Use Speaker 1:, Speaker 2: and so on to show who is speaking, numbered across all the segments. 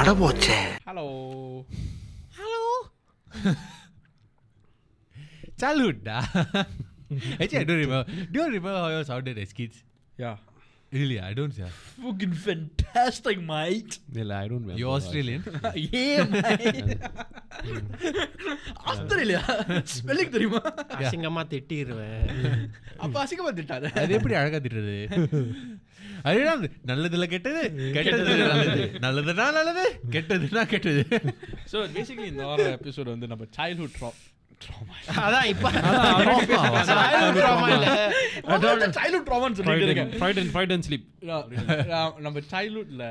Speaker 1: அடபோச்சே
Speaker 2: hello hello childhood டா actually I don't remember do you remember how you sounded as kids
Speaker 3: Yeah.
Speaker 2: really I don't yeah
Speaker 3: Fucking fantastic, mate.
Speaker 4: இல்ல I don't
Speaker 2: you're Australian
Speaker 3: yeah, mate. Australia spelling தெரியுமா
Speaker 1: அசிங்கமா திட்டிடுவேன்
Speaker 3: அப்ப அசிங்கமா திட்டாரு
Speaker 2: அது எப்படி அழகா திட்டுறது அதுதான் நல்லதுல கெட்டது கெட்டது நல்லது நல்லதுனா நல்லது கெட்டதுனா கெட்டது
Speaker 3: ஸோ பேசிக்கலி இந்த வார எபிசோட் வந்து நம்ம சைல்ட்ஹுட் ட்ரா ட்ராமா
Speaker 1: அதான் இப்ப
Speaker 2: அதான்
Speaker 3: சைல்ட்ஹுட் ட்ராமான்னு சொல்லிட்டு இருக்கேன்
Speaker 4: ஸ்லீப்
Speaker 3: நான் நம்ம சைல்ட்ஹுட்ல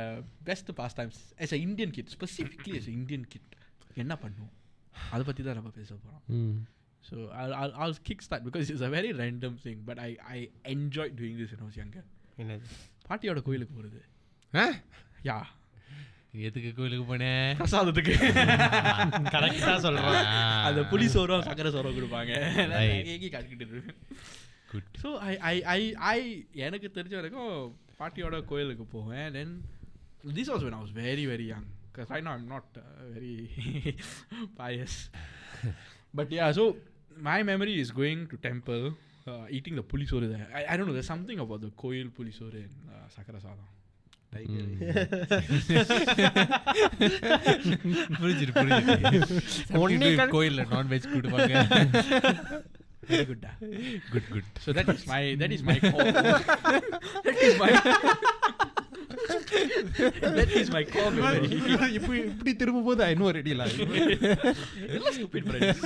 Speaker 3: best pastimes as a Indian kid specifically as a Indian kid என்ன பண்ணுவோம் அதை பற்றி தான் நம்ம பேச போகிறோம் So I'll, I'll, I'll kickstart because it's a very random thing, but I, I enjoyed doing this when I was younger.
Speaker 1: என்னது
Speaker 3: பாட்டியோட கோயிலுக்கு போகிறது
Speaker 2: ஆ?
Speaker 3: யா
Speaker 2: எதுக்கு கோயிலுக்கு போனேன்
Speaker 3: பிரசாதத்துக்கு
Speaker 1: கரெக்டா சொல்றேன்
Speaker 3: அந்த புளி சோறும் சக்கரை சோறும் கொடுப்பாங்க
Speaker 2: Ah. Right.
Speaker 3: ஏங்கி காட்டிக்கிட்டு இருப்பேன்
Speaker 2: Good.
Speaker 3: So I I I I எனக்கு தெரிஞ்ச வரைக்கும் பாட்டியோட கோயிலுக்கு போவேன் then this was when I was very very young because right now I'm not uh, very pious but yeah so my memory is going to temple uh, eating the puli sore there I, I don't know there's something about the koil puli சோறு and uh, சக்கரை சாதம் Like,
Speaker 2: Hmm. புரிஞ்சிரு புரிஞ்சிரு
Speaker 1: ஒண்ணே
Speaker 2: ஒன்னே
Speaker 1: கண்-
Speaker 2: கோயில்ல non veg கொடுப்பாங்க
Speaker 3: very good ah.
Speaker 2: Good good
Speaker 3: So that is my that is my core. that is my that is my core memory.
Speaker 4: இப்போ இப்படி திரும்பும் போது ஐ நோ ரெடி இல்ல
Speaker 3: எல்லாம் stupid friends.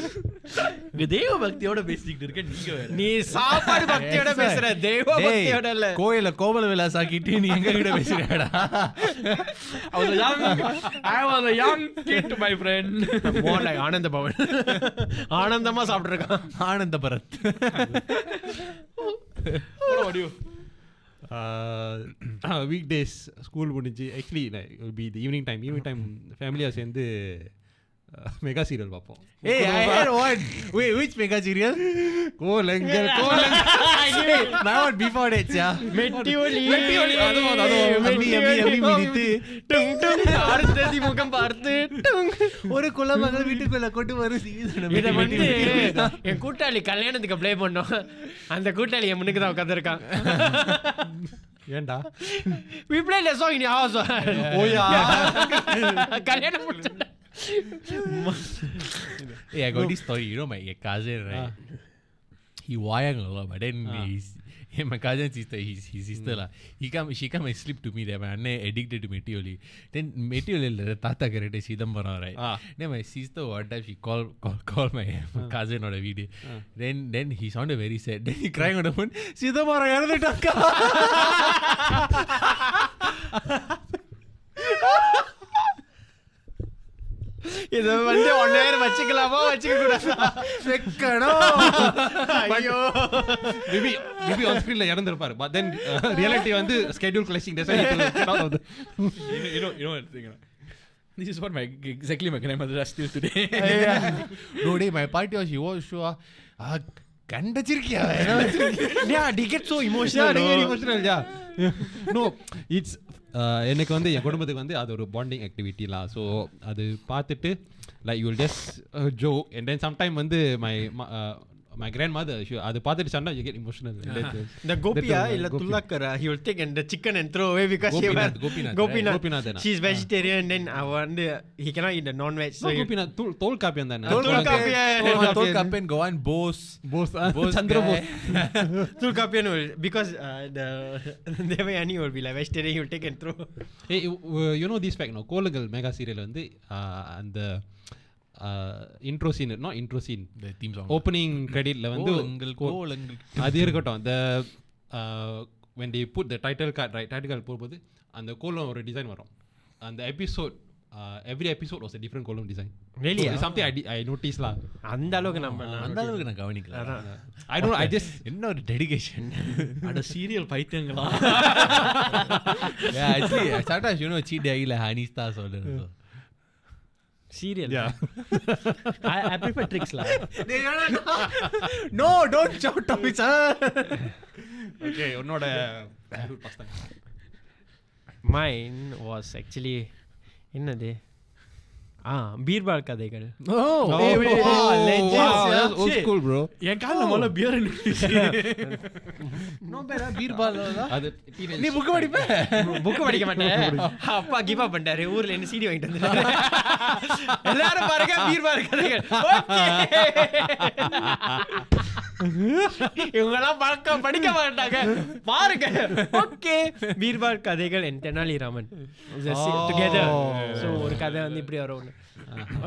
Speaker 3: இங்க தெய்வ பக்தியோட பேசிக்கிட்டு இருக்க நீங்க வேற
Speaker 1: நீ சாப்பாடு பக்தியோட பேசுற தெய்வ பக்தியோட இல்ல
Speaker 2: கோயில கோபல விலாஸ் ஆக்கிட்டு நீ எங்க கிட்ட பேசுறடா
Speaker 3: I was a young I was a young kid my friend.
Speaker 1: போல ஆனந்த பவன் ஆனந்தமா சாப்பிட்டுருக்கான்
Speaker 2: Anand Bharath
Speaker 3: What about you?
Speaker 4: Week days school முடிஞ்சு ஆக்சுவலி பி இது ஈவினிங் டைம் ஈவினிங் டைம் ஃபேமிலியாக சேர்ந்து அஹ், மெகா சீரியல் பார்ப்போம்
Speaker 2: ஏய் I hate one way which mega serial
Speaker 4: Kolangal Kolangal
Speaker 2: நான் ஒன் பிஃபோர் டேட் யா
Speaker 1: மெட்டியோலி
Speaker 2: மெட்டியோலி, அதுவும், அதுவும், அம்மி, அம்மி, அம்மி மிதித்து,
Speaker 1: டும் டும் ஆர்த்ததி முகம் பார்த்து டுங்
Speaker 2: ஒரு குலமகள் வீட்டுக்குள்ள கொண்டு வரும்
Speaker 1: இத வந்து என் கூட்டாளி கல்யாணத்துக்கு ப்ளே பண்ணோம் அந்த கூட்டாளி என் முன்னுக்கு தான் உட்காந்துருக்கான்
Speaker 4: ஏன்டா
Speaker 1: we play less song in house Oh,
Speaker 4: ஓயா
Speaker 1: கல்யாணம் முடிச்சு
Speaker 2: Yeah, I got this story. You know, my cousin, right? He wayang a lot, but then his, my cousin sister, his, his sister lah. He come, she come and sleep to me there. My auntie addicted to metioli. Then metioli la tata karate chidambaram, right?
Speaker 4: Ah.
Speaker 2: Then my sister one time she call call call my, my cousin on a video. Then then he sounded very sad. Then he crying on the phone. Chidambaram, yaradu
Speaker 1: இத வந்து one நேரம் வச்சுக்கலாமா வச்சுக்க கூடாதா ஐயோ
Speaker 4: maybe maybe on ஸ்க்ரீன்ல இறந்துருப்பாரு but then
Speaker 2: uh,
Speaker 4: reality வந்து schedule clashing days
Speaker 3: You, you know you know what thing. Right? This is what my exactly my grandmother does still today.
Speaker 2: No, day my party was she was sure. Ah, கண்டச்சிருக்கியா
Speaker 1: yeah ticket so
Speaker 4: Yeah,
Speaker 1: emotional
Speaker 4: நீங்க very emotional, yeah. No, it's, uh, எனக்கு வந்து என் குடும்பத்துக்கு வந்து அது ஒரு bonding ஆக்டிவிட்டிலாம் so அது பார்த்துட்டு like you just Joe and then sometime வந்து uh, my my grand mother அது பார்த்துட்டு சொன்னா you get emotional
Speaker 1: The Gopia illa Tullakara, he will take and the chicken and throw away because he
Speaker 2: Gopinath,
Speaker 1: was
Speaker 2: Gopinath, right?
Speaker 1: Gopinath.
Speaker 4: Gopinathana.
Speaker 1: She's vegetarian, then I wonder he cannot eat the non-veg. So you-
Speaker 4: கோபினா தோல் தோல் காப்பியம் தானே
Speaker 1: தோல் காப்பியம்.
Speaker 2: Tol Kapian, Goan, Bose.
Speaker 4: Bose
Speaker 2: Bose
Speaker 4: Chandrabose
Speaker 1: Tulkapian will because uh, the Devayani will be like vegetarian, he will take and throw.
Speaker 4: ஏய் you know this fact no Kolangal mega serial வந்து uh, அந்த intro scene no intro scene
Speaker 2: The theme song.
Speaker 4: Opening கிரெடிட்ல வந்து
Speaker 2: கோலங்கள்,
Speaker 4: கோ-
Speaker 2: கோலங்கள்.
Speaker 4: அது இருக்கட்டும் அந்த when the put the title card right title card போகும்போது அந்த கோலம் ஒரு டிசைன் வரும் அந்த episode every episode was different kolam design
Speaker 1: Really?
Speaker 4: Something I I நோட்டீஸ்லாம்
Speaker 1: அந்த அளவுக்கு நம்ம
Speaker 2: அந்த அளவுக்கு நான் கவனிக்கல
Speaker 4: ஐ டோன்ட் ஐ ஜஸ்ட்
Speaker 2: என்ன ஒரு டெடிகேஷன்
Speaker 3: அட சீரியல் பைத்தியங்களா
Speaker 2: சட்டாஸ் யூனோ சீட் ஆகில ஹனிஸ்தா சொல்லுறது
Speaker 1: serial. Yeah. I, I prefer tricks lah.
Speaker 2: No don't shout of it sir
Speaker 4: okay உன்னோட
Speaker 1: Mine was actually என்னது ஆ பீர்பால் கதைகள்
Speaker 2: ஓ
Speaker 4: Oh,
Speaker 3: wait,
Speaker 4: wow,
Speaker 1: oh, legends,
Speaker 4: wow,
Speaker 1: yeah.
Speaker 4: that's old
Speaker 3: Shit.
Speaker 4: school, bro.
Speaker 3: என் காலில் முதல்ல pier
Speaker 2: Birbal
Speaker 4: அது
Speaker 2: நீ book படிப்ப
Speaker 1: book படிக்க மாட்டேன் அப்பா கிவ் அப் பண்ணிட்டாரு ஊர்ல என்ன சிடி வாங்கிட்டு வந்தாரு எல்லாரும் பாருங்க பீர்பால் கதைகள் Okay. இவங்கெல்லாம் பழக்க படிக்க மாட்டாங்க பாருங்க ஓகே பீர்பால் கதைகள் என் தெனாலிராமன் டுகெதர் ஸோ ஒரு கதை வந்து இப்படி வரும்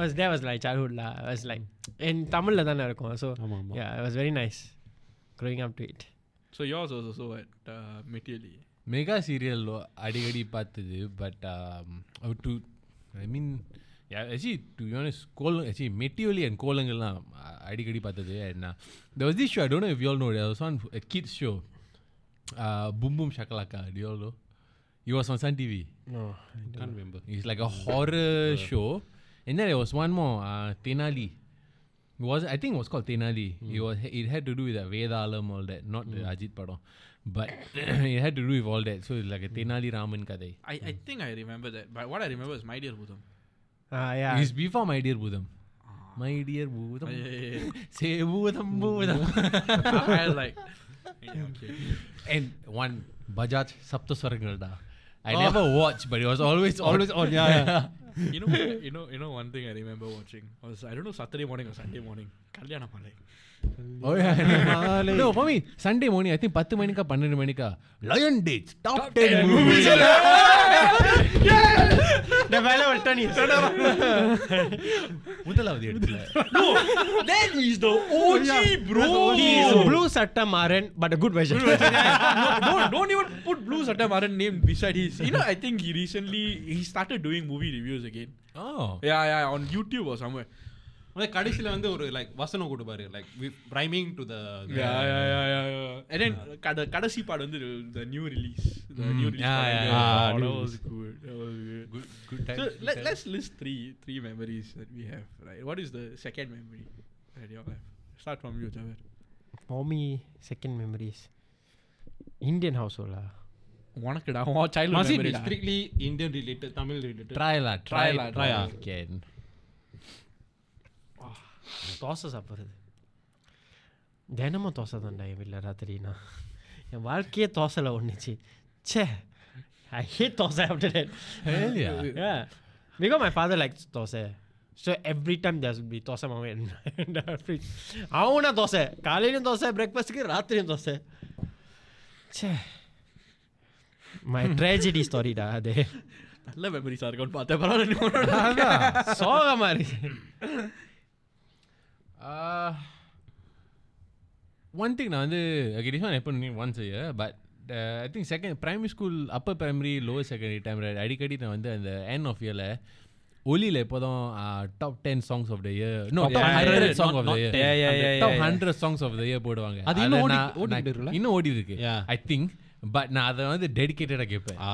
Speaker 1: வாஸ் தே வாஸ் லைக் சைல்ட்ஹுட்ல வாஸ் லைக் என் தமிழில் தானே இருக்கும் ஸோ
Speaker 4: ஆமா, ஆமா.
Speaker 1: Was very nice growing up to it
Speaker 3: so யோஸ் வாஸ் ஸோ அட் மெட்டீரியலி
Speaker 2: மெகா சீரியல் அடிக்கடி பார்த்தது um, oh, but to I mean actually to யூனஸ் கோலம் ஆக்சுவலி மெட்டியோலி அண்ட் கோலங்கள்லாம் அ- அடிக்கடி பார்த்தது uh, என்ன the was the show I don't இவ் you'll know one kids show பும் பும் ஷக்கலாக்கா டி you'll know you was on Sun TV
Speaker 4: Can't remember.
Speaker 2: It's like a horror show. And then there was one more, uh, Tenali. It was I think it was called Tenali. It was it had to do with the Vedalam all that, not the Ajit Padam. But it had to do with all that. So it's like a Tenali Raman Kadai.
Speaker 3: I I think I remember that but what I remember is my dear Bootham
Speaker 1: Ah, yeah.
Speaker 2: It's before My Dear Budham. My dear Budham.
Speaker 3: I
Speaker 2: Say Budham Budham.
Speaker 3: Like okay
Speaker 2: and one Bajaj Saptaswarangalda. I never watched, but it was always
Speaker 4: Always
Speaker 2: always
Speaker 4: on, yeah, yeah.
Speaker 3: you know, what- you know, you know. One thing I remember watching was I don't know Saturday morning or Sunday morning. Kalyana Malai.
Speaker 2: Oh yeah. I know. no, for me, Sunday morning, I think 10 மணிக்கா 12 மணிக்கா line dates top 10 movies
Speaker 1: The fellow will turn his-
Speaker 2: முதலாவது இடத்துல
Speaker 3: That is the OG, bro.
Speaker 1: He is blue satta maran, but a good version.
Speaker 3: no, don't, don't even put Blue Satam Aran name beside his. You know, I think he recently he started doing movie reviews again.
Speaker 2: Oh.
Speaker 3: Yeah, yeah, on YouTube or somewhere.
Speaker 4: உனக்கு கடைசியில வந்து ஒரு like வசனம் கொடுப்பாரு like rhyming to the
Speaker 3: Yeah, yeah, yeah, yeah. yeah. And then uh, the Kadasi part on the, the new release, the new release.
Speaker 2: yeah,
Speaker 3: part.
Speaker 2: yeah,
Speaker 4: yeah.
Speaker 3: Oh,
Speaker 4: Ah,
Speaker 3: that
Speaker 4: new
Speaker 3: was good. That was good.
Speaker 2: Good, good time.
Speaker 3: So let, let's list three three memories that we have. Right, what is the second memory that you all have? Start from you, Javed.
Speaker 1: For me, second memories. Indian household. lah.
Speaker 3: உனக்குடா உன் childhood
Speaker 4: மசி
Speaker 3: memory
Speaker 4: strictly Indian related Tamil related
Speaker 2: try lah, try,
Speaker 3: Try lah,
Speaker 2: try
Speaker 4: try lah.
Speaker 2: again.
Speaker 1: Dosa சாப்பிட்றது தினமும் தோசை தான்டா என் வீட்டில் ராத்திரினா என் வாழ்க்கையே தோசையில் ஒன்றுச்சு ச்சே I hate dosa after that
Speaker 2: Hell yeah.
Speaker 1: Yeah. Because my father likes dosa. So every time there will be dosa mama in, in the fridge. அவனா தோசை காலையிலும் தோசை பிரேக்ஃபாஸ்ட்டுக்கு ராத்திரியும் தோசை சே மை ட்ராஜடி ஸ்டோரிடா அது
Speaker 3: நல்ல மெமரிஸா இருக்கும்னு பார்த்தேன் பரவாயில்ல
Speaker 1: சோகமாக இருக்கு
Speaker 2: Uh, one thing நான் வந்து okay this one happened only once a year but uh, I think second primary school upper primary lower secondary time right அடிக்கடி நான் வந்து அந்த end of yearல ஒலியில் எப்போதும் uh, top ten songs of the year no
Speaker 4: top
Speaker 2: top
Speaker 4: 100,
Speaker 2: hundred song
Speaker 4: not-
Speaker 2: of the
Speaker 4: not
Speaker 2: year
Speaker 4: 10, yeah, yeah, yeah,
Speaker 2: top
Speaker 4: yeah.
Speaker 2: Hundred songs of the year போடுவாங்க
Speaker 4: அது இன்னும்
Speaker 2: அத
Speaker 4: ஓடி-
Speaker 2: நான்-
Speaker 4: ஓடிட்டு
Speaker 2: நான்
Speaker 4: இருக்குல்ல?
Speaker 2: இன்னும் ஓடி இருக்கு
Speaker 4: Yeah.
Speaker 2: ஐ திங்க் பட் நான் அதை வந்து டெடிக்கேட்டடாக கேட்பேன்
Speaker 4: ஆ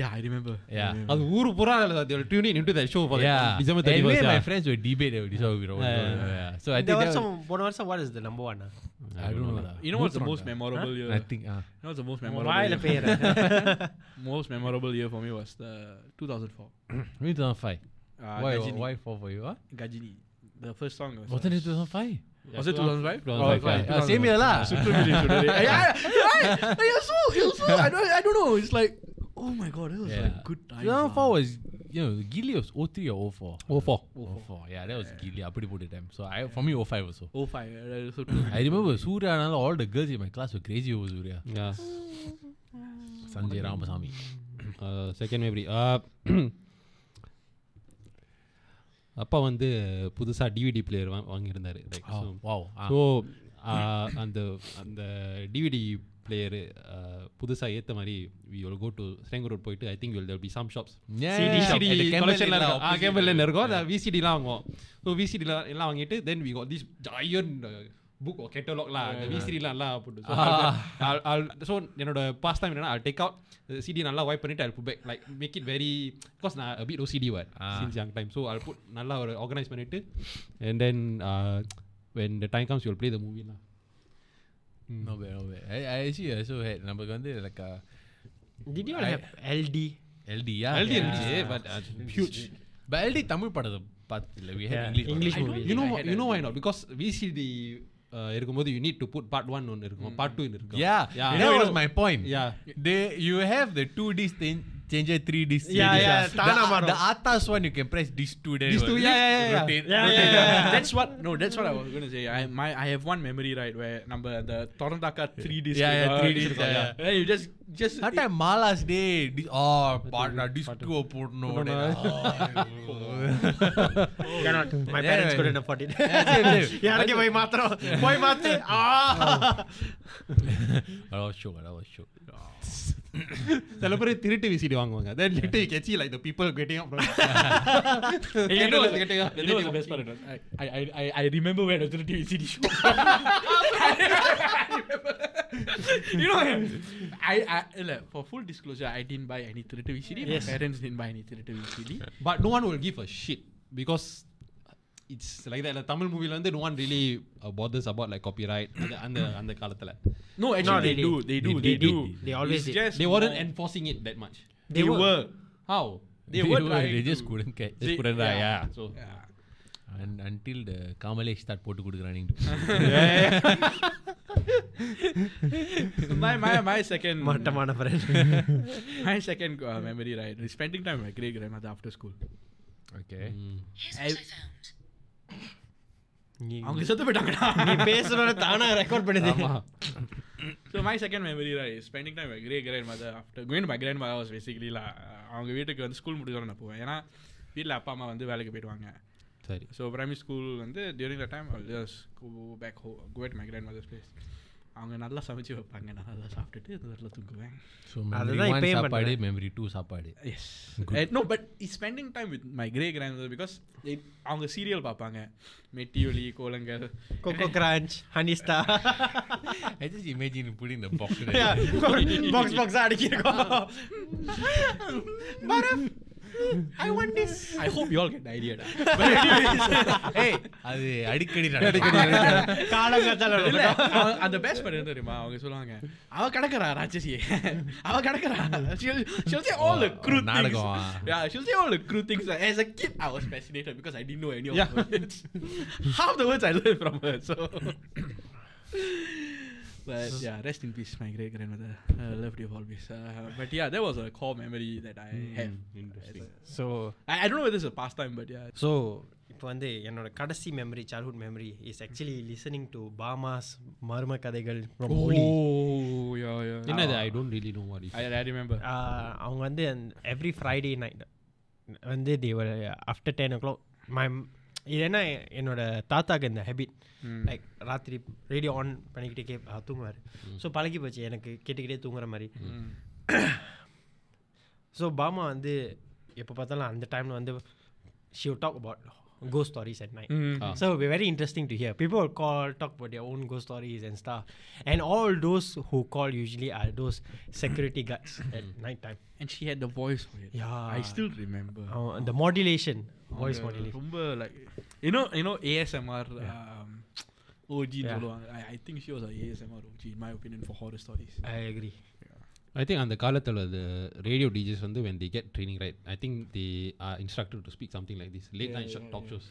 Speaker 3: யா ஐ ரிமெம்பர்
Speaker 2: Yeah.
Speaker 4: அது ஊரு பூரா அதில் tune in to the show for
Speaker 2: yeah.
Speaker 4: December
Speaker 2: And me and my
Speaker 4: 31
Speaker 2: friends were debate every so we were all-
Speaker 4: Yeah.
Speaker 2: yeah. So I think
Speaker 1: இந்த
Speaker 2: that
Speaker 1: வருஷம் போன வருஷம் what is the number one
Speaker 2: was- I don't know. lah.
Speaker 3: You know what's the most
Speaker 2: Wrong,
Speaker 3: memorable year?
Speaker 2: lah. I think ah.
Speaker 3: You know what's the most memorable
Speaker 1: வாயில்
Speaker 3: year?
Speaker 1: பெயர்
Speaker 3: Most memorable year for me was the 2004.
Speaker 2: Maybe 2005.
Speaker 3: Uh,
Speaker 2: why
Speaker 3: Gajini.
Speaker 2: why four for you? Huh?
Speaker 3: Gajini. The first song was. uh,
Speaker 2: Wasn't it 2005?
Speaker 3: Was it 2005?
Speaker 4: 2005,
Speaker 3: Oh,
Speaker 4: yeah.
Speaker 2: Ah, same year lah.
Speaker 3: Supreme Dictionary. yeah, yeah, yeah, yeah, you're so, you're so, I don't, I don't know. It's like, oh my god, it was
Speaker 2: Yeah.
Speaker 3: like good time.
Speaker 2: 2004 was you know Gilly was 03 or 04.
Speaker 4: 04
Speaker 2: 04. Yeah, that was Gilly. I put it the time. So I for me 05 also.
Speaker 3: 05. uh, so
Speaker 2: I remember Surya and all the girls in my class were crazy over Surya.
Speaker 4: Yeah
Speaker 2: Sanjay Ramasamy.
Speaker 4: Second memory அப்பா வந்து புதுசா DVD player வாங்கியிருந்தாரு like so
Speaker 2: Oh, wow. Ah.
Speaker 4: So uh, அந்த அந்த DVD player புதுசாக ஏற்ற uh, மாதிரி we will go to Serangoon road போயிட்டு I think will there be some shops
Speaker 2: Yeah,
Speaker 4: CD
Speaker 2: yeah,
Speaker 4: CD
Speaker 2: yeah. At the Ah, Campbell
Speaker 4: கலெக்ஷன்ல
Speaker 2: Lane
Speaker 4: இருக்கும் ஆ
Speaker 2: opposite.
Speaker 4: Cable இருக்கும் அந்த விசிடிலாம் வாங்குவோம் ஸோ விசிடிலாம் எல்லாம் வாங்கிட்டு தென் வி காட் திஸ் ஜாயன் புக் கெட்டலாக்லாம் அந்த விசிடிலாம் எல்லாம்
Speaker 2: Ah.
Speaker 4: போட்டு ஸோ என்னோட பாஸ் டைம் என்னன்னா டேக் அவுட் சிடி நல்லா வைப் பண்ணிட்டு I put back like make it very because நான் பீட் ஓ சிடி வர்
Speaker 2: Ah.
Speaker 4: Since young time so I put நல்லா ஒரு ஆர்கனைஸ் பண்ணிட்டு uh, and then when the time comes you'll play the மூவிலாம்
Speaker 2: No bad, no bad. I, I actually also had number one like uh, a
Speaker 1: did you have LD
Speaker 2: எல்டியா
Speaker 4: LD இருந்துச்சு but huge
Speaker 2: but LD Tamil படத்தை பார்த்துல we had
Speaker 1: Yeah,
Speaker 2: English English
Speaker 1: English movie.
Speaker 4: You know you know I know because VCD uh, இருக்கும்போது you need to put part one ஒன்று இருக்கும் part two இருக்கும்
Speaker 2: Hmm. Yeah,
Speaker 4: Yeah.
Speaker 2: that was my point.
Speaker 4: Yeah.
Speaker 2: They you have the 2D thing changer 3D
Speaker 1: Yeah,
Speaker 2: series,
Speaker 1: yeah,
Speaker 2: The-
Speaker 1: தானா
Speaker 2: The,
Speaker 1: மாறும்.
Speaker 2: atas one you can press this two then
Speaker 4: These
Speaker 2: will
Speaker 4: two, yeah, yeah, yeah, yeah.
Speaker 2: rotate-
Speaker 1: Yeah,
Speaker 2: rotate.
Speaker 1: yeah, yeah.
Speaker 3: that's what no that's what I was gonna say I my I have one memory right where number the Torandaka 3D
Speaker 2: Yeah, yeah,
Speaker 3: screen, uh,
Speaker 2: 3D,
Speaker 3: screen,
Speaker 2: yeah,
Speaker 3: yeah. Then you just just
Speaker 2: That time Malas day, this, oh, partner, this two
Speaker 3: lah.
Speaker 2: oh, porno.
Speaker 1: cannot.
Speaker 2: Yeah,
Speaker 1: My parents
Speaker 2: yeah.
Speaker 1: couldn't afford it.
Speaker 2: same, same.
Speaker 1: யாருக்கு போய் மாத்திரம் போய் மாத்து ஆ
Speaker 2: I was shook, I was shook.
Speaker 4: சில பேர் திருட்டு VCD வாங்குவாங்க then லிட்டு கெச்சி like the people getting
Speaker 3: Hey, you know
Speaker 4: Get
Speaker 3: what-
Speaker 4: it up,
Speaker 3: you know what's the best part of that? I, I, I, I remember when I was on the TV CD show. you know, I, I, like, for full disclosure, I didn't buy any 3 TV CD. My
Speaker 1: Yes.
Speaker 3: parents didn't buy any 3 TV CD.
Speaker 4: But no one will give a shit because it's like that Tamil மூவில வந்து no one really bothers about like copyright அந்த அந்த காலத்துல
Speaker 3: No, actually,
Speaker 1: Not
Speaker 3: they do.
Speaker 1: really.
Speaker 3: They do. They,
Speaker 2: They did,
Speaker 3: do.
Speaker 1: they always
Speaker 3: It's
Speaker 1: did.
Speaker 3: just
Speaker 4: they
Speaker 3: more-
Speaker 4: weren't enforcing it that much
Speaker 3: They,
Speaker 1: They
Speaker 3: were.
Speaker 1: were.
Speaker 4: How
Speaker 3: They were trying
Speaker 2: They just
Speaker 3: to-
Speaker 2: couldn't catch. Just
Speaker 3: They-
Speaker 2: couldn't yeah.
Speaker 3: yeah.
Speaker 2: yeah.
Speaker 4: So
Speaker 3: Yeah.
Speaker 2: And until the Kamalesh start போட்டு கொடுக்குறானுங்க
Speaker 3: my, my, my second.
Speaker 1: மட்டமான friend
Speaker 3: my second uh, memory, right? is Spending time with my great grandmother after school.
Speaker 2: okay
Speaker 5: Here's
Speaker 3: I-
Speaker 5: what I found.
Speaker 3: அவங்க செத்து போயிட்டாங்கடா
Speaker 1: நீ பேசுறத தானா record
Speaker 4: ஆமா
Speaker 1: பண்ணுது
Speaker 3: So my second memory right, is spending time with my great grandmother after going to my grandmother was basically la அவங்க வீட்டுக்கு வந்து ஸ்கூல் முடிஞ்சோட நான் போவேன் ஏன்னா வீட்டில் அப்பா அம்மா வந்து வேலைக்கு போயிடுவாங்க
Speaker 4: சரி
Speaker 3: ஸோ பிரைமரி ஸ்கூல் வந்து during the time just go back ஹோ go to my grand mothers place அவங்க நல்லா சமைச்சு வைப்பாங்க நான் நல்லா சாப்பிட்டுட்டு அந்த இடத்துல தூங்குவேன்
Speaker 2: so memory
Speaker 1: அதுதான்
Speaker 2: one
Speaker 1: இப்பயும்
Speaker 2: சாப்பாடு
Speaker 1: பண்றேன்.
Speaker 2: memory two சாப்பாடு
Speaker 3: yes no but is spending time with my grey grand because அவங்க சீரியல் பார்ப்பாங்க மெட்டியொலி கோலங்கள்
Speaker 1: கோகோ கிரான்ச் ஹனிஸ்டா
Speaker 2: I just imagine putting the box in
Speaker 1: box பாக்ஸா அடிக்கிறோம் பரப் I want this
Speaker 3: I hope you all get idea
Speaker 2: ஏய் அது அடிக்கடி நடக்கும்.
Speaker 1: காலங்கத்தால
Speaker 3: இல்ல அவ- அந்த பேட்ச் பண்ண தெரியுமா அவங்க சொல்லுவாங்க அவ கடக்கறா ராட்சசியே அவ கடக்கறா she'll she'll say all the
Speaker 2: Oh,
Speaker 3: crude things
Speaker 2: நாடகம்.
Speaker 3: yeah she'll say all the crude things as a kid I was fascinated because I didn't know any of
Speaker 4: Yeah.
Speaker 3: the words half the words I learned from her so but yeah rest in peace my great grandmother I loved you always uh, but yeah that was a core memory that I have
Speaker 4: Hmm, interesting.
Speaker 1: So
Speaker 3: I, I don't know whether it's a pastime but yeah
Speaker 1: so இப்போ வந்து என்னோட கடைசி memory childhood memory is actually listening to பாமாஸ் மர்ம கதைகள் from Oli.
Speaker 3: oh yeah yeah
Speaker 4: என்னது I don't really know what
Speaker 3: I, I remember
Speaker 1: Uh, அவங்க வந்து every Friday night வந்து தேவர் after ten o'clock my இது என்ன என்னோட தாத்தாக்கு இந்த ஹேபிட் லைக் ராத்திரி ரேடியோ ஆன் பண்ணிக்கிட்டே கே அஹ், தூங்குவார் ஸோ பழகி போச்சு எனக்கு கேட்டுக்கிட்டே தூங்குற மாதிரி ஸோ பாமா வந்து எப்போ பார்த்தாலும் அந்த டைமில் வந்து she talk about go stories at night so very interesting to hear people call talk about your own go stories and staff and all those who call usually are those security cards at night time
Speaker 3: And she had the voice for it.
Speaker 1: Yeah. Oh,
Speaker 3: I still remember.
Speaker 1: அந்த modulation voice
Speaker 3: Yeah,
Speaker 1: modulation
Speaker 3: Rumba, like, you know, you know ASMR um, OG.
Speaker 1: Yeah.
Speaker 3: சொல்லுவாங்க. I, I think she was an ASMR OG, in my opinion, for horror stories.
Speaker 1: I agree
Speaker 4: I think அந்த காலத்தில் அது radio DJs வந்து when the get training right I think the instructor to speak something like this late night talk shows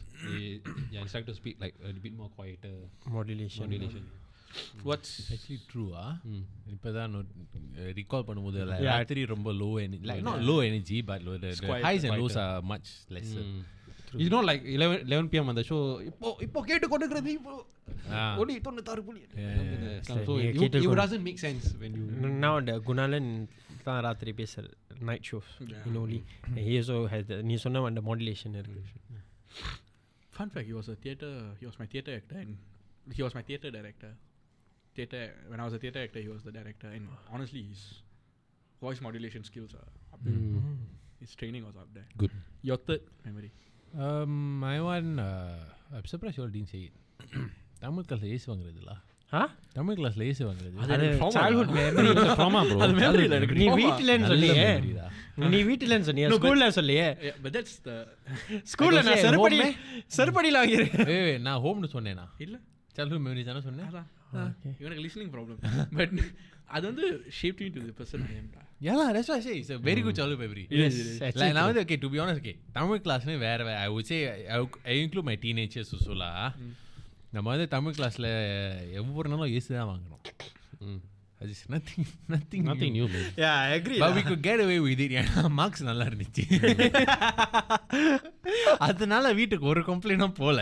Speaker 4: instructor speak like bit more quieter
Speaker 1: modulation
Speaker 4: modulation
Speaker 3: What's
Speaker 2: Actually true ah.
Speaker 4: Mm.
Speaker 2: இப்பதான் no- uh, recall பண்ணும்போது like
Speaker 1: Yeah.
Speaker 2: ராத்திரி ரொம்ப low energy like not low energy but low- the, the
Speaker 3: quieter,
Speaker 2: highs and lows are much lesser.
Speaker 4: Mm. இது no like eleven eleven PM அந்த show இப்போ இப்போ கேட்டு கொடுக்கிறது இப்போ
Speaker 2: Ah.
Speaker 4: ஒலி தொண்ணூத்தாறு புள்ளி
Speaker 2: Yeah, yeah, yeah.
Speaker 1: சரி,
Speaker 4: ஸோ
Speaker 1: நீங்க கேட்டு
Speaker 4: இட்
Speaker 1: கொடு.
Speaker 4: Doesn't make sense when you
Speaker 1: நான் அந்த குணாலன் தான் ராத்திரி பேசுற நைட் ஷோஸ் இன்னொலி ஹியோ ஹேஸ் நீ சொன்ன அந்த மாடுலேஷன் இருக்கு
Speaker 3: fun fact? He was a theater. He was my theater actor, and he was my theater director. Theater. When I was a theater actor, he was the director, and honestly, his voice modulation skills are up there.
Speaker 1: Mm.
Speaker 3: His training was up there.
Speaker 4: Good.
Speaker 3: Your third memory.
Speaker 2: Um, my one uh, I'm surprised you all didn't say it. Tamil கிளாஸ்ல AC வாங்குறது இல்ல
Speaker 1: ஆ
Speaker 2: தமிழ் கிளாஸ்ல AC வாங்குறது
Speaker 1: அது
Speaker 3: எனக்கு trauma
Speaker 1: childhood memory.
Speaker 4: Trauma bro
Speaker 3: அது memory இல்ல எனக்கு
Speaker 1: நீ
Speaker 3: trauma.
Speaker 1: வீட்டிலன்னு
Speaker 2: நல்ல
Speaker 1: சொல்லியே
Speaker 2: memory டா.
Speaker 1: நீ வீட்டிலன்னு சொன்னியே
Speaker 3: No, but-
Speaker 1: ஸ்கூல்ல சொல்லியே
Speaker 3: Yeah, but that's the.
Speaker 1: ஸ்கூல்ல
Speaker 2: I
Speaker 1: நான்
Speaker 2: say,
Speaker 1: செருப்படி
Speaker 2: home
Speaker 1: செருப்படியில் வாங்கிறேன்
Speaker 2: ஏய், ஏய், நான் ஹோம்னு சொன்னேனா
Speaker 3: இல்ல
Speaker 2: childhood memories தானே சொன்னேன்
Speaker 3: அதான் இவனுக்கு லிஸ்னிங் ப்ராப்ளம் பட் அது வந்து shape to the person I எம்டா
Speaker 2: yeah that's why I say it's a very good childhood memory.
Speaker 3: Yes,
Speaker 1: Yes,
Speaker 3: yes.
Speaker 1: Mm. actually
Speaker 2: Like now,
Speaker 1: true.
Speaker 2: okay, to be honest, okay, Tamil class ne வேற வேற I would say I, would- I include my teenagers also lah.
Speaker 1: Mm.
Speaker 2: நம்ம வந்து தமிழ் கிளாஸ்ல ஒவ்வொரு நாளும் AC தான் வாங்கணும் அது nothing nothing
Speaker 4: nothing new
Speaker 1: Yeah, I agree. Ah.
Speaker 2: But
Speaker 1: lah.
Speaker 2: we could get away with it. ஏன்னா மார்க்ஸ் நல்லா இருந்துச்சு அதனால வீட்டுக்கு ஒரு கம்ப்ளைண்டும் போல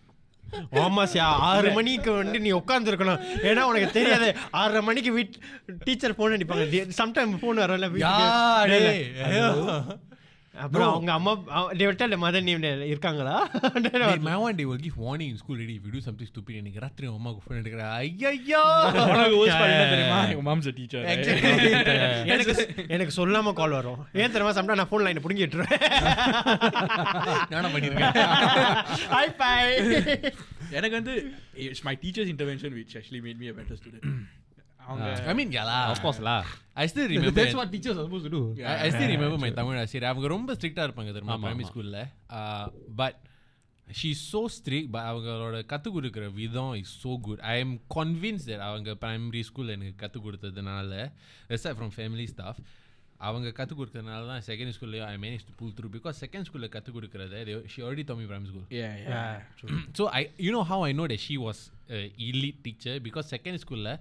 Speaker 1: ஆமா சியா ஆறு மணிக்கு வந்து நீ உட்காந்துருக்கணும் ஏன்னா உனக்கு தெரியாது ஆறரை மணிக்கு வீட் டீச்சர் போன் அடிப்பாங்க சம்டைம் போன் வரல வீட்டுக்கு.
Speaker 2: யாரு?
Speaker 1: இல்ல,
Speaker 2: ஐயோ.
Speaker 1: இல்ல. அப்புறம் அவங்க அம்மா டேவிட்டா மதர் நீ இருக்காங்களா
Speaker 2: They- my one day will give warning in school already if you do something stupid எனக்கு ராத்திரி உன் அம்மாவுக்கு ஃபோன் எடுக்கிறா ஐயோ
Speaker 3: உனக்கு worst part என்ன தெரியுமா எங்க மாம்ஸ் டீச்சர்
Speaker 1: எனக்கு எனக்கு சொல்லாம கால் வரும் ஏன் தெரியுமா சம்டைம் நான் ஃபோன் லைனை பிடுங்கிட்டுருவேன்
Speaker 2: நானும் பண்ணியிருக்கேன்
Speaker 1: ஹாய் பாய்
Speaker 3: எனக்கு வந்து it's my teachers intervention which actually made me a better student அவங்க
Speaker 2: I mean yeah
Speaker 4: of course லா
Speaker 2: I still remember
Speaker 4: what teachers suppose to
Speaker 2: I I still remember my Tamil ஆசிரியர் அவங்க ரொம்ப ஸ்ட்ரிக்டாக இருப்பாங்க தெரியுமா
Speaker 4: ஆமா,
Speaker 2: பிரைமரி
Speaker 4: ஆமா.
Speaker 2: ஸ்கூலில் but she so strict but அவங்களோட கற்றுக் கொடுக்குற விதம் is so good I am convinced that அவங்க பிரைமரி ஸ்கூலில் எனக்கு கற்றுக் கொடுத்ததுனால aside ஃப்ரம் ஃபேமிலி ஸ்டாஃப் அவங்க கற்றுக் கொடுத்ததுனால தான் செகண்ட் ஸ்கூல்லையும் I manage to pull through because second ஸ்கூலில் கற்றுக் கொடுக்குறத she already Tamil primary school
Speaker 3: yeah yeah
Speaker 2: so I you know how I know that she was uh, elite teacher because second ஸ்கூலில்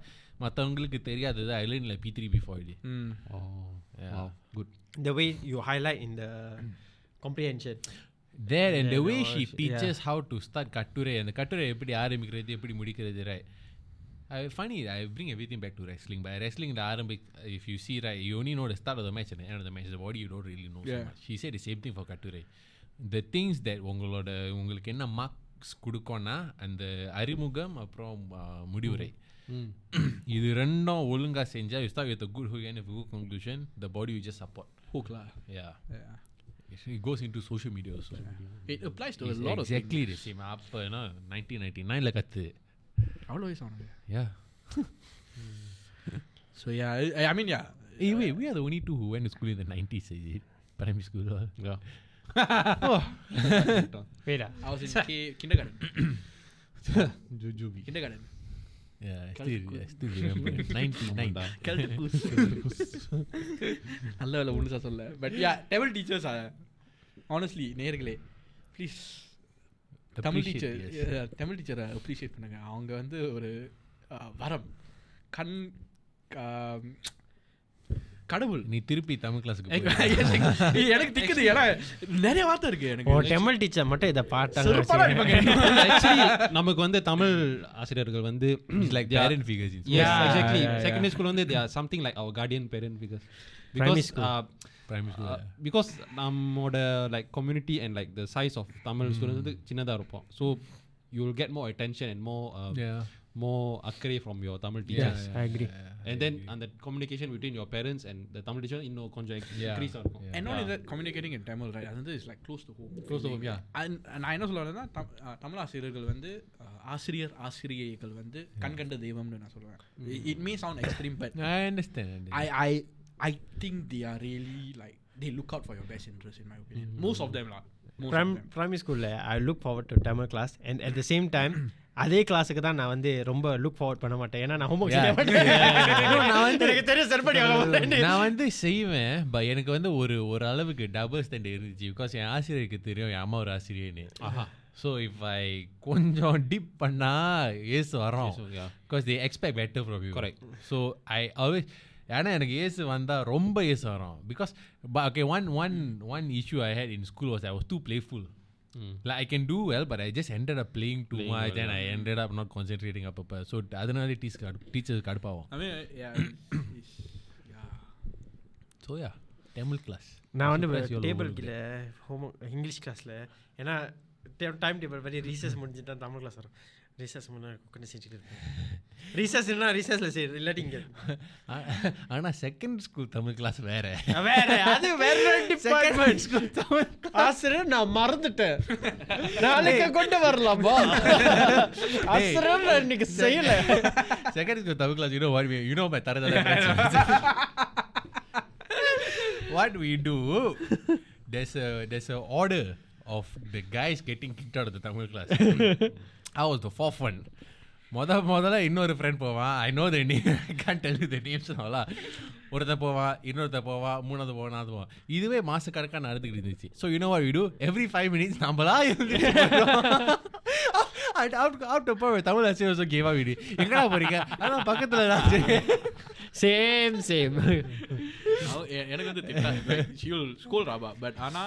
Speaker 2: மற்றவங்களுக்கு தெரியாதது I learn B three B four
Speaker 3: ம்
Speaker 4: oh wow good
Speaker 1: The way you highlight in the comprehension.
Speaker 2: there and the
Speaker 1: Then
Speaker 2: way
Speaker 1: all
Speaker 2: she
Speaker 1: she-
Speaker 2: teaches how to start கட்டுரை அந்த கட்டுரை எப்படி ஆரம்பிக்கிறது எப்படி முடிக்கிறது right I funny I bring everything back to wrestling but wrestling the ஆரம்பி if you see right you only know the start of the match and the end of the match the body you don't really know so
Speaker 3: Yeah.
Speaker 2: much she said the same thing for கட்டுரை the things that உங்களோட உங்களுக்கு என்ன marks கொடுக்கும்னா அந்த அறிமுகம் அப்புறம் அஹ், முடிவுரை
Speaker 4: Hmm.
Speaker 2: இது ரெண்டும் ஒழுங்கா செஞ்சா you start with a good hook and a good conclusion the body you just support
Speaker 3: ஹூக்லா
Speaker 2: yeah it goes into social media also
Speaker 3: it applies to a
Speaker 2: It's
Speaker 3: lot of things.
Speaker 2: exactly the same. அப்போ என்ன nineteen ninety நைனில் கற்று
Speaker 3: அவ்வளோ வயசு ஆனது
Speaker 2: yeah
Speaker 3: so yeah I mean yeah
Speaker 2: hey way we are the only two who when school இந்த nineties இது primary school
Speaker 1: Wait, ah.
Speaker 3: I was in ki- kindergarten.
Speaker 4: ஜுஜுபி
Speaker 3: Kindergarten. நல்ல வேலை ஒன்று சொல்ல but yeah table teachers honestly நேர்களே please Tamil teacher Tamil டீச்சரை appreciate பண்ணுங்க அவங்க வந்து ஒரு அஹ், வரம் கண் ஆம், கடவுள்
Speaker 2: நீ திருப்பி தமிழ் கிளாஸுக்கு
Speaker 3: எனக்கு திக்குது ஏன்னா நிறைய வார்த்தை இருக்கு
Speaker 1: உன்
Speaker 3: எனக்கு
Speaker 1: டெமல் டீச்சர் மட்டும் இதை
Speaker 3: செருப்பால
Speaker 1: பார்த்தாங்க
Speaker 3: அடிப்பாங்க என்ன.
Speaker 4: ஆக்சுவலி நமக்கு வந்து தமிழ் ஆசிரியர்கள் வந்து
Speaker 2: like
Speaker 4: they are-
Speaker 2: parent figures
Speaker 4: Yes,
Speaker 1: Yeah,
Speaker 4: exactly.
Speaker 1: yeah, yeah.
Speaker 4: Secondary school only they are something like our guardian parent figures.
Speaker 1: Primary
Speaker 4: Because
Speaker 1: school.
Speaker 4: uh,
Speaker 2: primary
Speaker 4: uh,
Speaker 2: school
Speaker 4: because நம்மோட like community and like the size of Tamil students வந்து சின்னதா இருப்போம். So you will get more attention and more uh, more அக்கறை from your Tamil teachers.
Speaker 1: Yes, I agree.
Speaker 4: And then uh, and the communication between your parents and the Tamil teacher இன்னும் கொஞ்சம்
Speaker 2: Yeah.
Speaker 4: increase ஆ இருக்கும்.
Speaker 3: And not only that, communicating in Tamil, right? அது வந்து is like close to home
Speaker 4: Close to home, yeah.
Speaker 3: நான் என்ன சொல்ல வரேன்னா தம்- அஹ், தமிழ் ஆசிரியர்கள் வந்து அஹ், ஆசிரியர் ஆசிரியைகள் வந்து கண்கண்ட தெய்வம்னு நான் சொல்லுவேன்
Speaker 4: Mm.
Speaker 3: It may sound extreme but
Speaker 2: I understand
Speaker 3: I I I think they are really like they look out for your best interest in my opinion most of them லா
Speaker 1: பிரைம் பிரைமரி ஸ்கூலில் I look forward to Tamil class and at the same time அதே கிளாஸுக்கு தான் நான் வந்து ரொம்ப look forward பண்ண மாட்டேன் ஏன்னா நான் ஹோம்ஒர்க்
Speaker 2: Yeah.
Speaker 1: செய்ய மாட்டேன் நான் வந்து எனக்கு தெரியும் சரி பண்ணி வாங்க மாட்டேன்
Speaker 2: நான் வந்து செய்வேன் பட் எனக்கு வந்து ஒரு ஒரு அளவுக்கு டபுள் ஸ்டாண்ட் இருந்துச்சு பிகாஸ் என் ஆசிரியருக்கு தெரியும் என் அம்மா ஒரு ஆசிரியர்னு ஸோ இஃப் ஐ கொஞ்சம் டீப் பண்ணா ஏசு வரோம்
Speaker 4: So, yeah.
Speaker 2: Because they expect better from you
Speaker 4: Correct.
Speaker 2: So I always ஏன்னா எனக்கு ஏசு வந்தால் ரொம்ப ஏசு வரும் because but okay one one one issue I had in school was I was too playful Like I can do well, but I just ended up playing too much, and I ended up not concentrating up. So அதனாலே teachers teachers கடுப்பாகும்.
Speaker 3: I mean
Speaker 2: So yeah, Tamil class.
Speaker 1: நான் வந்து
Speaker 2: Surprise you all
Speaker 1: table
Speaker 2: over
Speaker 1: கீழே homework English கிளாஸில் ஏன்னா time table படி recess முடிஞ்சுட்டா Tamil class வரும் ரீசஸ் முன்னாடி உட்காந்து செஞ்சுட்டு இருப்பேன் ரீசஸ் இல்லைனா ரீசஸில் செய்யுது இல்லாட்டி இங்கே
Speaker 2: ஆ- ஆனா செகண்ட் ஸ்கூல் தமிழ் கிளாஸ் வேற
Speaker 1: வேற அது வேற டிபார்ட்மெண்ட் ஸ்கூல் ஆசிரியர் நான் மறந்துட்டேன் நாளைக்கு கொண்டு வரலாமா ஆசிரியர் நான் இன்னைக்கு செய்யல
Speaker 2: second school Tamil class you know what you know my தர what we do there's a there's a order of the guys getting kicked out of the Tamil class. I was the fourth one. முத முதல்ல இன்னொரு ஃப்ரெண்ட் போவான் I know the name can tell the names நல்லா ஒருத்தன் போவான் இன்னொருத்தன் போவான் மூணாவது போவான் நாலாவது போவான் இதுவே மாசக்கணக்காக நடந்துக்கிட்டு இருந்துச்சு ஸோ யூனோவா விடு எவ்ரி ஃபைவ் மினிட்ஸ் நம்மளா இருந்து தமிழ் அசை கேவா வீடு எங்கடா போறீங்க அதான் பக்கத்தில் தான்
Speaker 1: சேம் சேம்
Speaker 3: அவ- எ- எனக்கு வந்து திட்டாது ஷியூல் ஸ்கூல் ராபா பட் ஆனா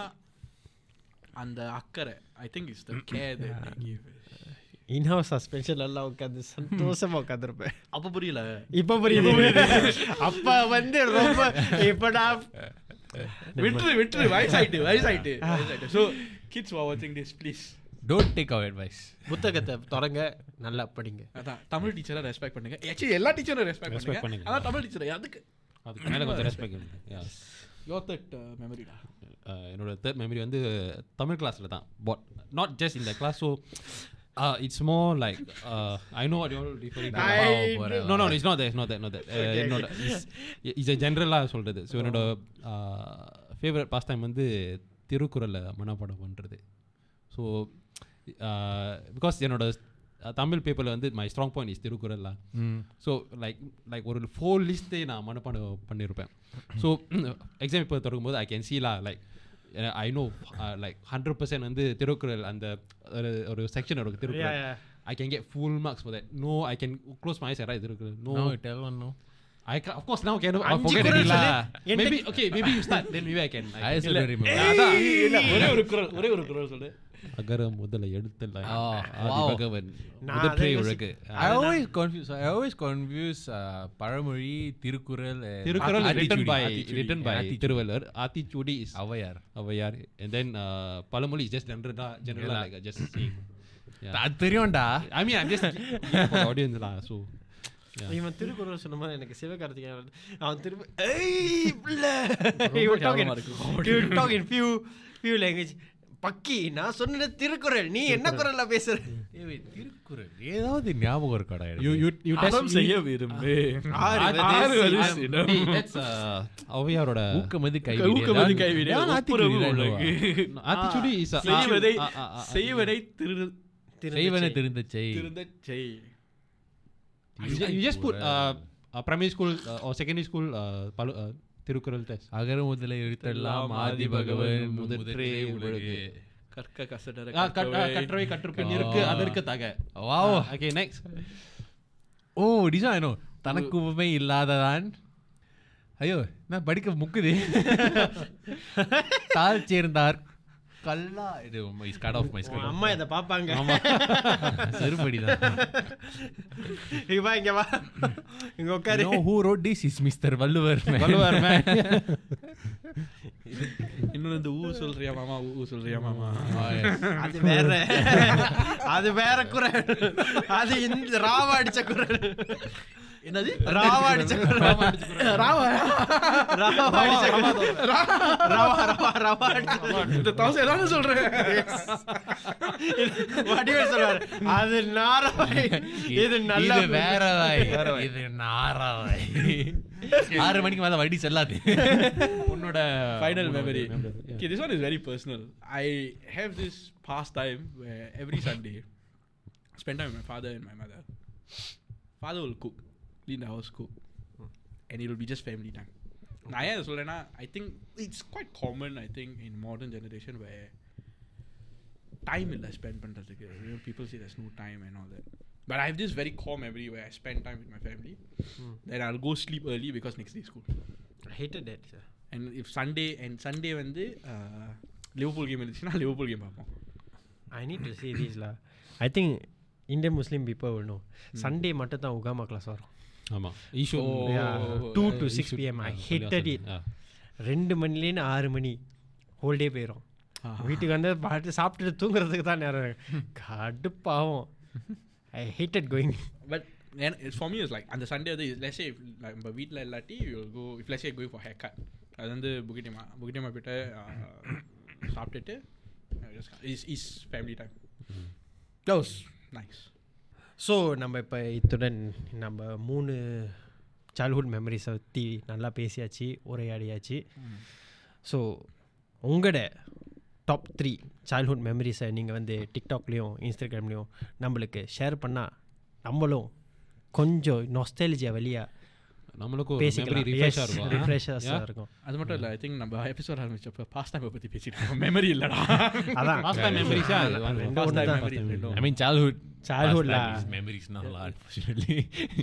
Speaker 3: அந்த அக்கறை I think is the care
Speaker 1: in house suspension எல்லாம் உட்காந்து சந்தோஷமா உட்காந்துருப்பேன்
Speaker 3: அப்போ புரியல
Speaker 1: இப்ப புரியுது அப்ப வந்து ரொம்ப இப்படா
Speaker 3: விட்டுரு விட்டுரு வயசாயிட்டு வயசாயிட்டு வயசாயிட்டு ஸோ கிட்ஸ் ஆர் வாட்சிங் this please
Speaker 2: don't take our advice
Speaker 1: புத்தகத்தை தொடங்க நல்லா படிங்க
Speaker 3: அதான் தமிழ் டீச்சரை ரெஸ்பெக்ட் பண்ணுங்க ஆக்சுவலி எல்லா டீச்சரும் ரெஸ்பெக்ட் பண்ணுங்க
Speaker 4: பண்ணுங்க.
Speaker 3: அதான் தமிழ் டீச்சர் அதுக்கு
Speaker 4: அதுக்கு மேலே கொஞ்சம் ரெஸ்பெக்ட் எஸ்
Speaker 3: யோர் தட் மெமரிடா
Speaker 4: அஹ் Uh, என்னோட தேர்ட் மெமரி வந்து தமிழ் கிளாஸில் தான் பட் நாட் ஜஸ்ட் இந்த class so it's more like I know what you differing no no it's not that not that not that என்னோட இட்ஸ் ஜென்ரலாக சொல்கிறது ஸோ என்னோட ஃபேவரட் பாஸ் டைம் வந்து திருக்குறளை மனப்பாடம் பண்ணுறது ஸோ பிகாஸ் என்னோட அஹ், தமிழ் பேப்பரில் வந்து மை ஸ்ட்ராங் பாயிண்ட் இஸ் திருக்குறள்லாம் ஸோ லைக் லைக் ஒரு ஃபோர் லிஸ்ட்டே நான் மனப்பாடம் பண்ணியிருப்பேன் ஸோ எக்ஸாம் இப்போ தொடங்கும்போது ஐ கேன் சீலா like I know like hundred percent வந்து திருக்குறள் அந்த ஒரு ஒரு செக்ஷன் இருக்கும் Thirukkural
Speaker 1: Yeah,
Speaker 4: I can get full marks for that no I can close my eyes Thirukkural no
Speaker 2: no tell one no
Speaker 4: I can of course now can I
Speaker 1: அஞ்சு
Speaker 4: forget
Speaker 1: Kural
Speaker 4: it lah.
Speaker 1: சொல்லு. என்ன-
Speaker 4: maybe okay maybe you start then maybe I can I
Speaker 2: I
Speaker 4: can-
Speaker 2: still don't remember.
Speaker 3: ஒரே ஒரு குரல் ஒரே ஒரு குரல் சொல்லு
Speaker 4: அகர முதல எழுத்தல்ல
Speaker 2: ஆ,
Speaker 4: ஆதி
Speaker 2: wow.
Speaker 4: பகவன்
Speaker 1: நான்
Speaker 4: முதற்றே
Speaker 1: அதை
Speaker 4: உலகு
Speaker 2: I always confuse. I always confuse uh, Paramuri, Tirukkural, and
Speaker 4: Thirukkural
Speaker 2: Atti-
Speaker 4: written
Speaker 2: Attitudi.
Speaker 4: by
Speaker 2: Attitudi.
Speaker 4: written by
Speaker 2: Attitudi.
Speaker 4: Thiruvalluvar Aathichoodi is
Speaker 2: Avayar.
Speaker 4: Avvaiyar and then uh, பழமொழி ஜஸ்ட் ஜென்ரலா ஜென்ரலா லைக் ஜஸ்ட் uh, Yeah.
Speaker 2: அது தெரியும்டா
Speaker 4: I mean I'm just audience தான் so
Speaker 1: இவன் திருக்குறள் சொன்ன மாதிரி எனக்கு சிவகார்த்திகேயன் அவன் திரும்ப ஏய் பிள்ளை ஃபியூ ஃபியூ லாங்குவேஜ் பக்கி நான் சொன்ன திருக்குறள் நீ என்ன குரல்ல பேசுற
Speaker 2: திருக்குறள் ஏதாவது ஞாபகம் இருக்காடா
Speaker 4: யூ யூ யூ
Speaker 3: அறம் செய்ய விரும்பு
Speaker 1: ஆறு
Speaker 3: ஆறு வரிசிடம்.
Speaker 4: uh, ஔவையாரோட
Speaker 2: ஊக்கம்
Speaker 4: Uh,
Speaker 2: வந்து கை
Speaker 3: ஊக்கமதி கைவிடு ஒப்புரவு உனக்கு.
Speaker 4: ஆத்திச்சூடி இஸ்
Speaker 3: செய்வதை செய்வதை திரு
Speaker 2: செய்வன தெரிந்த செய்
Speaker 3: திருந்த செய்
Speaker 4: you just put uh, uh, primary school uh, or secondary school uh, palu, uh, Thirukkural test
Speaker 2: அகர முதல எழுத்தெல்லாம் ஆதி பகவன் முதற்றே உலகு
Speaker 3: கற்க கசடர
Speaker 4: Ah, cut- Oh, ah, கற்றவை கற்றுப்பின் இருக்கு
Speaker 2: Ah.
Speaker 4: அதற்கு தக
Speaker 2: வாவ்
Speaker 4: ஓகே நெக்ஸ்ட்
Speaker 2: ஓ டிசா ஐனோ தனக்கு உவமை இல்லாததான் ஐயோ நான் படிக்க முக்குது தாழ் சேர்ந்தார் கல்லா இது இஸ் கட் ஆஃப் மை
Speaker 1: உன் அம்மா இதை பார்ப்பாங்க
Speaker 2: செருப்படி
Speaker 1: இவா இங்க வா இங்க உட்காரு
Speaker 2: தான் who wrote this is mister Valluvar
Speaker 4: Valluvar
Speaker 3: இன்னொன்று இந்த ஊ சொல்றியா மாமா ஊ சொல்றியா மாமா
Speaker 1: அது வேற அது வேற குரல் அது இந்த ராவா அடிச்ச குரல்
Speaker 3: என்னது
Speaker 1: ராவா அடிச்ச குரல்
Speaker 3: ராவா
Speaker 1: ராவா அடிச்ச குரல் ராவா ராவா ராவா அடிச்ச
Speaker 3: இந்த தவசை ஏதாவது சொல்றேன்
Speaker 1: வடிவேல் சொல்வார் அது நாராய் இது நல்ல
Speaker 2: இது வேறவாய் இது நாராவாய் ஆறு மணிக்கு மேல வண்டி செல்லாது
Speaker 4: உன்னோட
Speaker 3: final memory okay this one is very personal i have this pastime where every sunday spend time with my father and my mother father will cook clean the house cook and it will be just family time நான் ஏன் சொல்கிறேன்னா I think it's quite common I think in modern generation way time இல்லை spend பண்ணுறதுக்கு people see there's no time and all that but i have this very calm memory where i spend time with my family then i'll go sleep early because next day is school
Speaker 1: hated that sir
Speaker 3: and if Sunday and Sunday வந்து Liverpool game இருந்துச்சுன்னா Liverpool game பார்ப்போம்
Speaker 1: I need to sea these லா I think Indian Muslim people will know Sunday மட்டும் தான் உகாமா class வரும்
Speaker 4: ஆமா ஈஷோ
Speaker 1: Oh. Two to six PM
Speaker 4: Ah,
Speaker 1: I hated it ரெண்டு மணிலேருந்து ஆறு மணி ஹோல் டே போயிடும் வீட்டுக்கு வந்து பாட்டு சாப்பிட்டுட்டு தூங்குறதுக்கு தான் நேரம் இருக்கு. கடுப்பாவும் I hated going
Speaker 3: but it's for me is like அந்த சண்டே வந்து let's say if like நம்ம வீட்டில் இல்லாட்டி you'll go if let's say going for haircut அது வந்து புகிட்டிமா புகிட்டிமா போயிட்டு uh, சாப்பிட்டுட்டு is is family time close nice
Speaker 1: so Oh, நம்ம இப்போ இத்துடன் நம்ம மூணு சைல்ட்ஹுட் மெமரிஸை பற்றி நல்லா பேசியாச்சு உரையாடியாச்சு ஸோ உங்களோட டாப் த்ரீ சைல்ட்ஹுட் மெமரிஸை நீங்கள் வந்து டிக்டாக்லேயும் இன்ஸ்டாகிராம்லேயும் நம்மளுக்கு ஷேர் பண்ணால் நம்மளும் கொஞ்சம் நொஸ்டாலஜியா வெளியா
Speaker 4: நம்மளுக்கும் ஒரு memory
Speaker 1: பேசிக்கலாம்
Speaker 4: refresh ஆ இருக்கும் ஆ?
Speaker 1: ரிஃப்ரெஷர்ஸாக
Speaker 4: Yeah.
Speaker 1: இருக்கும்
Speaker 3: அது மட்டும் இல்லை ஐ திங்க் நம்ம எபிசோட் ஆரம்பிச்சப்ப பாஸ்ட் டைமை பற்றி பேசிட்டு இருக்கோம் மெமரி இல்லைடா
Speaker 1: அதான்
Speaker 4: Last time memories ஆ அது வாங்க.
Speaker 1: ரெண்டும்
Speaker 3: Past time
Speaker 1: ஒண்ணுதான்.
Speaker 3: memories ரெண்டும்.
Speaker 2: I mean, childhood.
Speaker 1: Childhood
Speaker 2: pastime
Speaker 1: lah.
Speaker 2: is memories now, lah, unfortunately.